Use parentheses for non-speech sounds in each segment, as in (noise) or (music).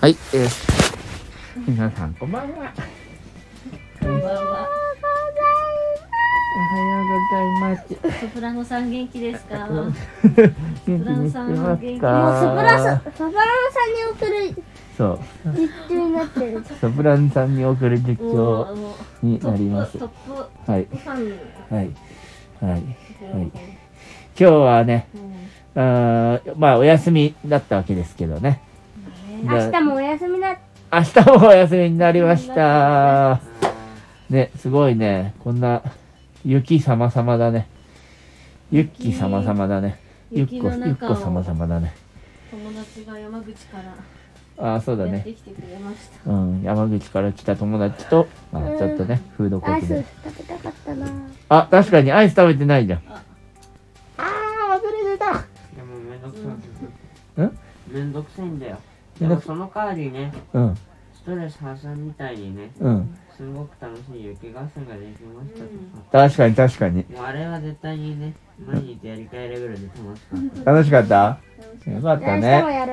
はい、えー、皆さんこんばんは。こんばんは。おはようございます。ソプラノさん元気です (laughs) か。元プランさんの元気気にしてますもうソプラかソソプラノさんに送るそう、実況になってる。ソプランさんに送る実もうあ況のにトなりまップす。トップはい、ファン。はい、はい。今日はね、うんうーんまあお休みだったわけですけどね。ねじゃあ明日もお休みだ。明日もお休みになりました。ね、すごいね。こんな、雪様様だね。ゆっき様様だね。ゆっこ、雪ゆのっ中をこ様様だね。友達が山口からああ、そうだやっねて。きてくれました。うん、山口から来た友達と、まうあんちょっとね、フードコアーイトスで。食べたかったな。あ、確かにアイス食べてないじゃん。あああ、忘れてた。でもめんどくさうい。んめんどくさいんだよ。めでんどもくその代わりね、うん、ストレス発散みたいにね、うん。すごく楽しい雪合戦ができましたとか。確かに確かに。もうあれは絶対にね、毎日やりたいレベルで楽しかっ楽しかった楽しよかった明日もね。やる。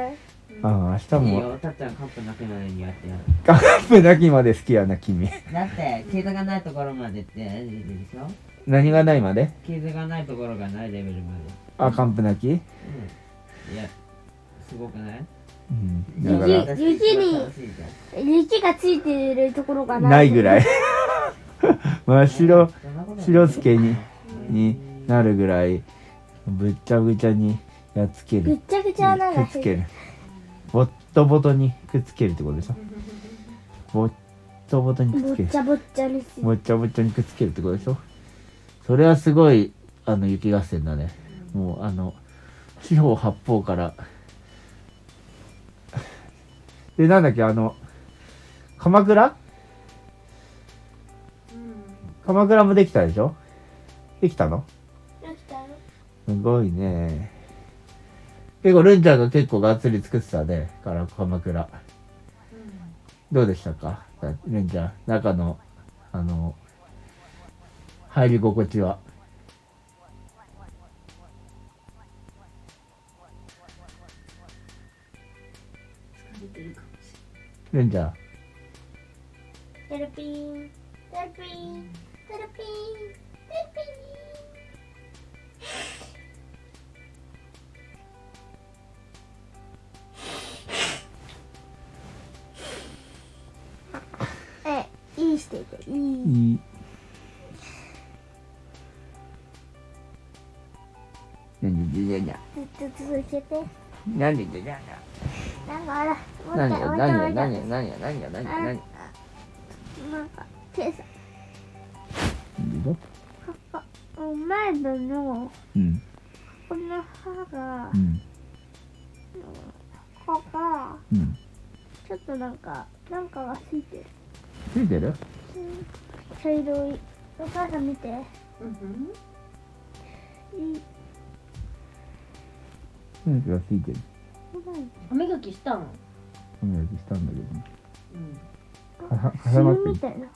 ああ、明日た。いいも、よ、たっちゃんカップなくなるにやってやカップなきまで好きやな、君。 (laughs) る。だって、傷がないところまでって何でしょ何がないまで傷がないところがないレベルまで。あ、カンプなきうん。いや、すごくないうん。だから雪、雪に楽しいじゃん雪がついているところがない。ないぐらい。 (laughs) 真っ白、そんなことない白漬けにになるぐらい、ぶっちゃぶちゃにやっつけぐるっ。ちゃぐちゃなくのっがつける。ボットボトにくっつけるってことでしょボットボトにくっぼつっけるち。ゃぼっちゃにすぼっちゃぼっちゃにくっつけるってことでしょそれはすごい、あの、雪合戦だね。もう、あの、四方八方から。で、なんだっけ、あの、鎌倉うん鎌倉もできたでしょできたのる。すごいね。結構、ルンちゃんが結構がっつり作ってたね。から、鎌倉。どうでしたかルンちゃん、中の、あの、入り心地は。疲れてるかもしルンちゃん、テルピーン。テルピーン。テルピーン。テルピーン。 (laughs) え、いいしてて、いい。いいなんでじゃじゃずっと続けて。なんでじゃじゃなんかあら、もう一なん回やもう一なんや回なんもうやなんやなんやなんやなんや一回なんか、手さ、なんやお前のの、うんこの歯がう、んここが、うんちょっとなんか、なんかがついてる。ついてる茶色い。お母さん見て。いれない。い、何がついてるうまい。歯磨きしたの。歯磨きしたんだけどねうはん。は挟まっ汁てみるたいな。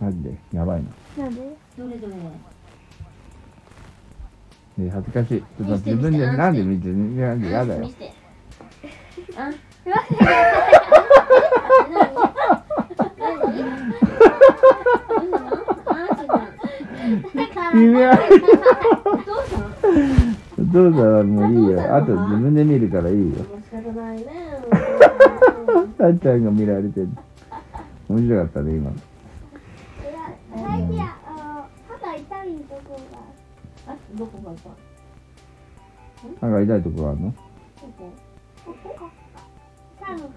マジでやばいななんでどれどれ。えー恥ずかしいちょっと見せて自分で見せてなんで見てなんでやだあ見よせて。あ、うんあー (laughs) ちゃんだから、微妙お父さん。どうだもういいよああどとうぞ自分で見るからいいよもう仕方ないね。 (laughs) たっちゃんが見られてる面白かったね今の最近、あの、歯が痛いとこが。あ、どこがさ。歯が痛いところあるのどこ。ここここ多分こ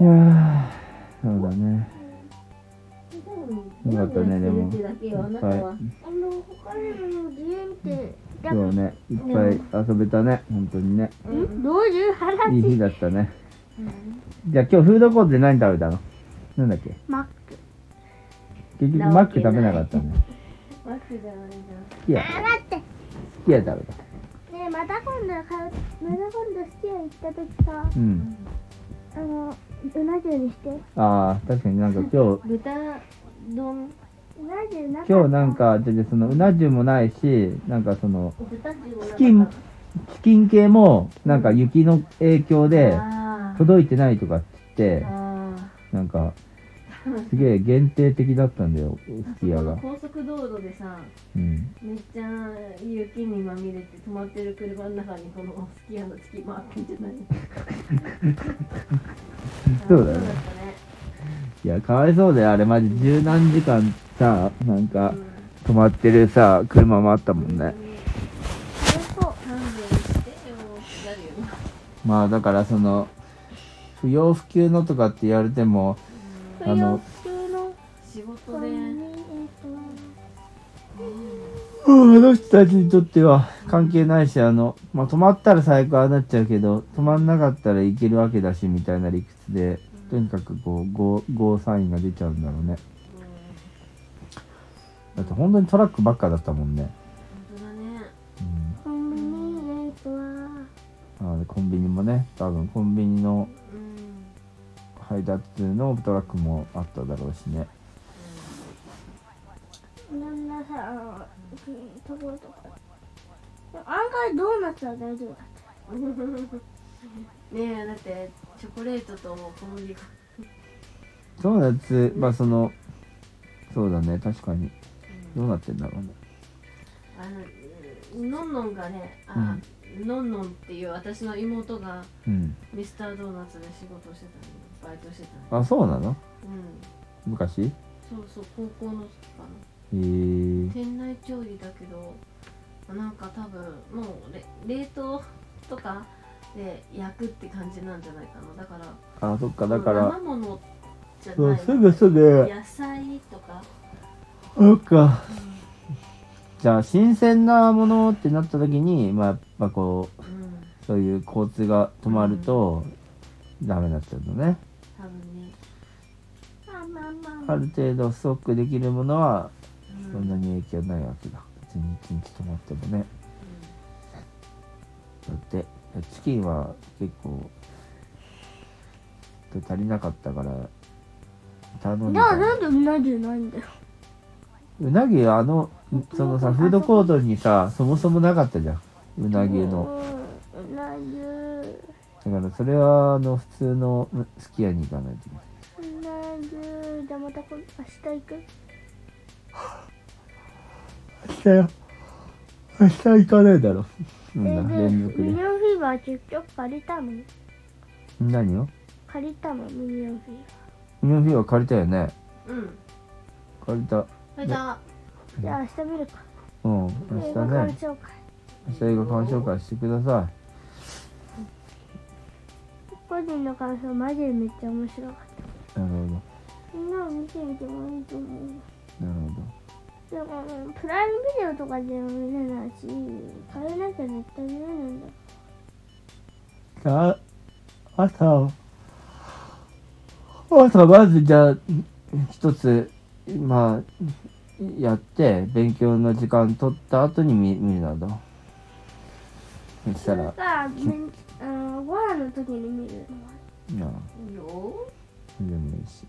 こ。いやーそうだねよかったねでもいいっっぱぱいい。あの、他にも自由って、だか今ら日ねいっぱい遊べたね本当にねうんどういう話いい日だったねじゃあ今日フードコートで何食べたのなんだっけマッ結局マック食べなかったねマックじゃないじゃん。好きやあー、待って。ね好きや食べたえ、また今度買う、また今度スキヤ行った時さ、うんあの、うな重にして。ああ確かになんか今日豚丼。うな重なかった今日なん、かじゃあじゃあそのうな重もないしなんかその豚重。チキンスキン系も、なんか雪の影響で、あー届いてないとかって言って、あなん (laughs) か、すげえ限定的だったんだよ、スキーヤなんがか。高速道路でさうん。めっちゃ雪にまみれて止まってる車の中にこのスキヤの月回ってんじゃな (laughs) いそうだねあーったいや、かわいそうだよ、あれ、マジ十何時間さ、なんかね、止まってるさ、車もあったもんね。そう勘弁してよってなるよねまあ、だからその、不要不急のとかって言われても、不あ要の不急の仕事子でに、ねえっと。うんあの人たちにとっては関係ないし、あの、まあ、止まったら最高ああなっちゃうけど、止まんなかったらいけるわけだし、みたいな理屈で、とにかくこう、ゴー、ゴーサインが出ちゃうんだろうね。だって本当にトラックばっかだったもんね。本当だうねんコンビニエイトはなのでコンビニもね、多分コンビニのうん配達のトラックもあっただろうしね。なんださところとかでも案外ドーナツは大丈夫だっねえだってチョコレートと小麦粉ドーナツ、まあその、そうだね、確かに。どうなってんだろうね。あののんのんがねあ、のんのんっていう私の妹がうん。ミスタードーナツで仕事をしてたのバイトしてたのあ、そうなのうん昔へそうそう高校の時かなえー。店内調理だけどなんか多分もうれ冷凍とかで焼くって感じなんじゃないかなだからあ、そっか、だから生、ものじゃそうないすぐすぐ、野菜とかそっか。じゃあ、新鮮なものってなった時に、まあ、やっぱこう、うんそういう交通が止まると、ダメになっちゃうのね。多分ね、たあまあまあある程度ストックできるものは、うんそんなに影響ないわけだ。別に一日止まってもね。だって、チキンは結構、足りなかったから、頼んじだゃかあら。なんでうな重ないんだようなぎはあのそのさフードコートにさそもそもなかったじゃんうなぎのうんうな重だからそれはあの普通のうすき家に行かないといけないうな重じゃあまた今度明日行く明日よ明日行かないだろうんえだ連続でミニでオンフィーバー結局借りたもん何を借りたもんミニオンフィーミニオンフィーは借りたよねうん借りたそれだバーじゃあ明日見るかうん明映日画鑑ね賞会明日映画鑑賞会してくださ個人の感想マジでめっちゃ面白かっいなるほどたみんなも見てみてもいいと思うなるでもプライムビデオとかでは見れないし買えなきゃ絶対見れないんだほどさあ朝朝まずじゃあ一つまあやって勉強の時間取った後に見見るなどそしそたれらかめんあのご飯の時に見るのはやいいいよでもいいし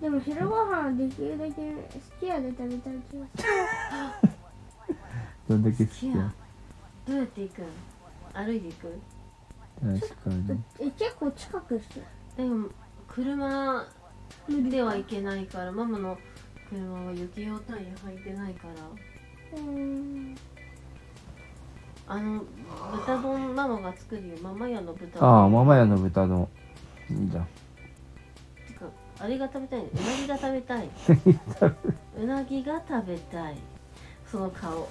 でも昼ご飯はできるだけスき家で食べたい気がするどんだけ好好ききややどうやって行くん歩いて行く確かにえ結構近くしてでも車では行けないからママの車は雪用タイヤ履いてないからうーんあの豚丼ママが作るよママ屋の豚丼ああママ屋の豚のいいじゃんてかあれが食べたいねうなぎが食べ (laughs) たいうなぎが食べたいそ (laughs) の顔う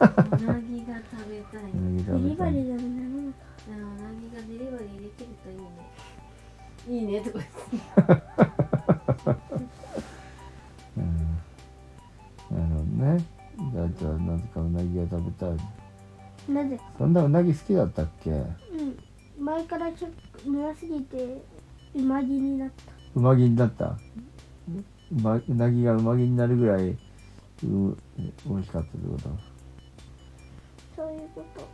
なぎが食べうたい、なぎデ食べリバたリいーでもなのなあうかなぎがデリバリーできるといいねいいねとか言ってうんなるほどねじゃあじゃあなぜかうなぎが食べたいなぜそんなうなぎ好きだったっけうん前からちょっと長すぎて馬ぎになったうまぎになったうまうなぎがうまぎになるぐらいう美味しかったってことそういうこと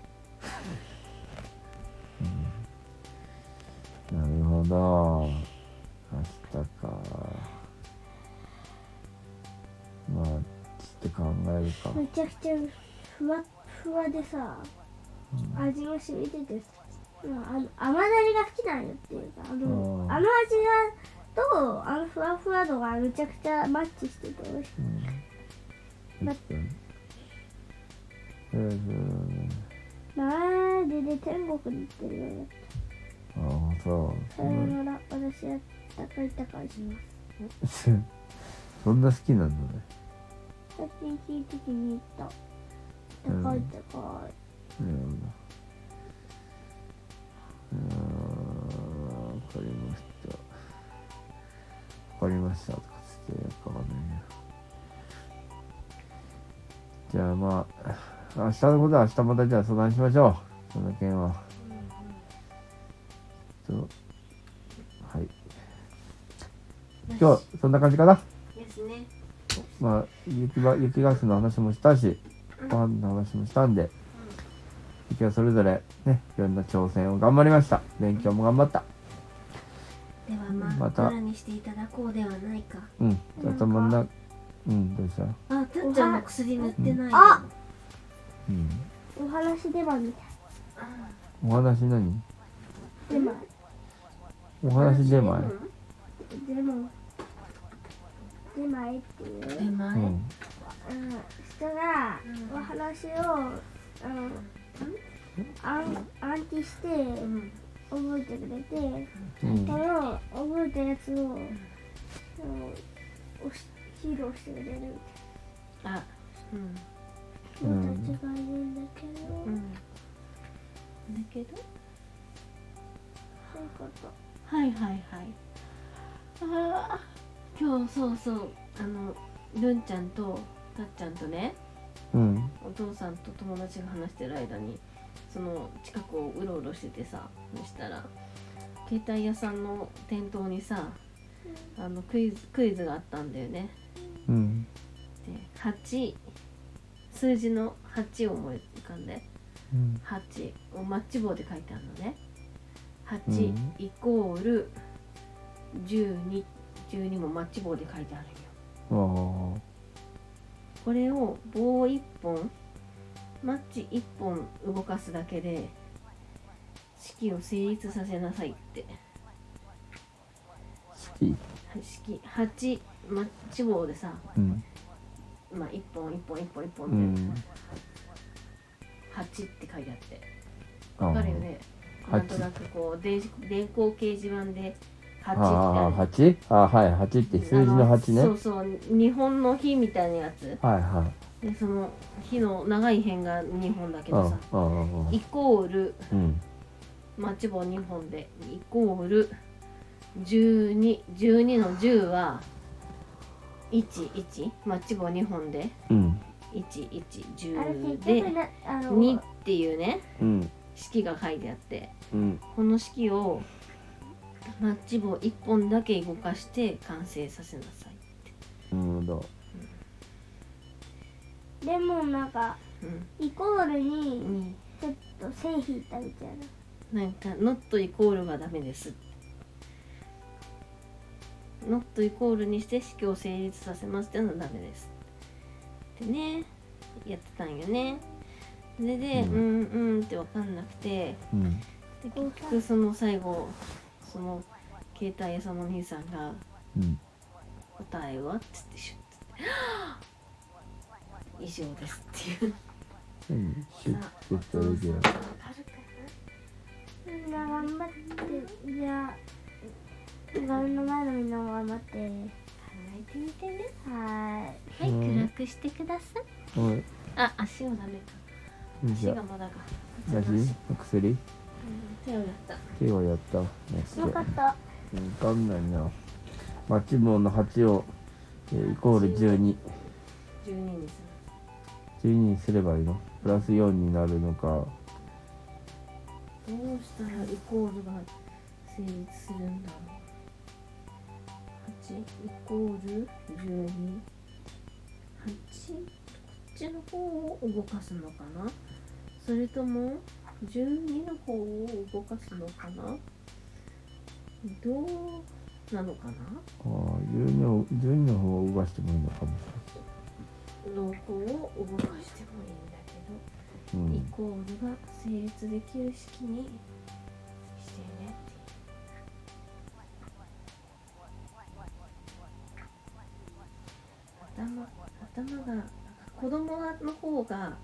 なるほど。明日か。まあ、ちょっと考えるか。めちゃくちゃふわふふわでさ味が染みてて、うん、あの甘だれが好きなんよっていうかあのあーあの味がとあのふわふわ度がめちゃくちゃマッチしてて美味しい確かにうんマジで天国に行ってるようなああそうさよなら私は高い高いしますすごい (laughs) そんな好きなんだね最近聞いて気に入った高い高い、うんうんわかりましたわかりましたとかつってやっぱねじゃあまあ明日のことは明日またじゃあ相談しましょうその件はそうはい今よ日そんな感じかなしですねまあ雪ば雪合戦の話もしたしご飯の話もしたんで雪はそれぞれねいろんな挑戦を頑張りました勉強も頑張ったではまあまたプラにしていただこうではないかうんなんか頭の中うんどうしたあたんちゃんの薬塗ってないあうんお話出番みたいお話何出番お話出前出番出前っていう出前、うんうん人がお話をあの暗暗記してうん覚えてくれてうんそれを覚えたやつを、あのおし披露してくれるあうんうん人たちがいるんだけど、うなんんだけどかとはいはいはいあー今日そうそうあのるんちゃんとたっちゃんとねうんお父さんと友達が話してる間にその近くをうろうろしててさそしたら携帯屋さんの店頭にさあのクイズクイズがあったんだよねうんで8数字の8を思い浮かんでうん8をマッチ棒で書いてあるのねう8んイコール1212もマッチ棒で書いてあるんよあーこれを棒1本マッチ1本動かすだけで式を成立させなさいって好き式8マッチ棒でさ、うんまあ、1本1本1本1う本で、ん8って書いてあってあわかるよーねあなーんとなくこう電子電光掲示板で8ってああるー八あーはい八って数字の八ねあそうそう日本の日みたいなやつはいはいでその日の長い辺が2本だけあどーさあーイコールうんマッチ棒2本でイコール1212の10は11マッチ棒2本でうんあれ結1110局でなあの2っていうねうん式が書いてあってうんこの式をマッチ棒1本だけ動かして完成させなさい。うんどでもなんかうイコールにん、ちょっと線引いたみたいななんか「ノットイコールはダメです」「ノットイコールにして式を成立させます」ってのはダメですってねやってたんよねそれで「ううんんうん」って分かんなくてううんで結局その最後その携帯屋さんのお兄さんがうん「答えは?」っつってシュッつってはぁ「以上です」っていううんシュッシュッとそうでそきうるわかるかみんな頑張ってじゃあ画面の前のみんなも頑張っなて考えてみてねははいうん暗くしてくださいおいあ足をダメかよい足しょがまだかマジ薬手をやった手をやった。ねーいよかったわかんないな。マッチ棒の8を、えーイコール12。 12にす12にすればいいのプラス4になるのか。るどうしたらイコールが成立するんだろう8イコール128こっちの方を動かすのかなそれとも12の方を動かすのかなどうなのかなああ、12を、12の方を動かしてもいいのかもしロープを動かしてもいいんだけどうイん、コールが成立できる式にしてねっていう頭頭が子供の方が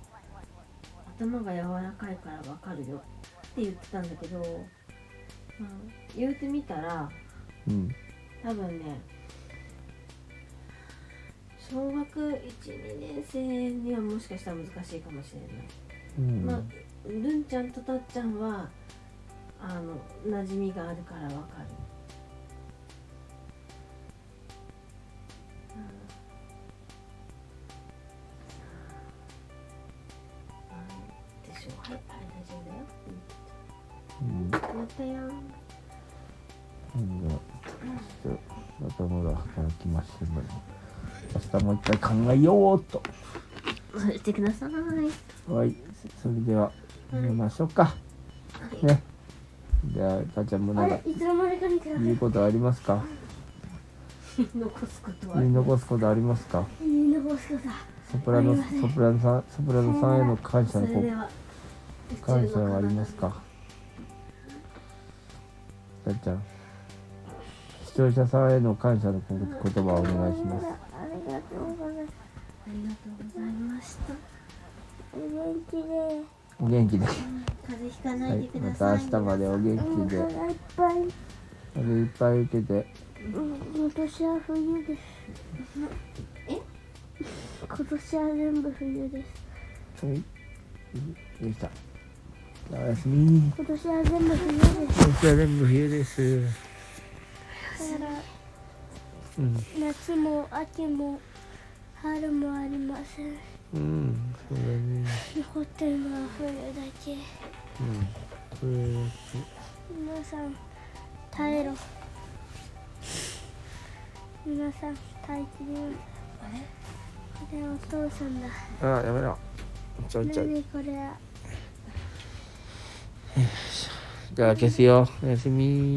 頭が柔らかいからわかるよって言ってたんだけど、まあ、言うてみたらうん、多分ね小学12年生にはもしかしたら難しいかもしれない。うん、まあ、るんちゃんとたっちゃんはあの馴染みがあるからわかる、うん、でしょうはいはい大丈夫だよ、うん、うん、やった今度ちよょっと頭が働きましたので、明日もう一回考えようっと。そしてくださいはい、それでは、寝ましょうか。ね。じゃあ、母ちゃんもあなんかれ、いつの間にかに手が言うことありますか (laughs) 残すことは言い残すことありますか言い残すことだソプラノ、ありませんソプラノさん、ソプラノさんへの感謝そのれこでは感謝はありますか母ちゃん。視聴者さんへの感謝のこ言葉をお願いします。ありがとうございますありがとうございましたお元気でお元気で。は風邪ひかないでい、くまだたさい、明日までお元お気で腹。がいっぱいあれいっぱい受けて。うん今年は冬ですえ今年は全部冬ですはい。できた。おやすみ。今年は全部冬です僕は全部冬です。だからうん。夏も秋も春もありませんうん。そうだね。残ってるのは冬だけうん。皆さん耐えろ皆さん耐えきりますあれこれお父さんだこれあ、やめろ。ちょいちょい。何これはじゃあ消すよ。おやすみ。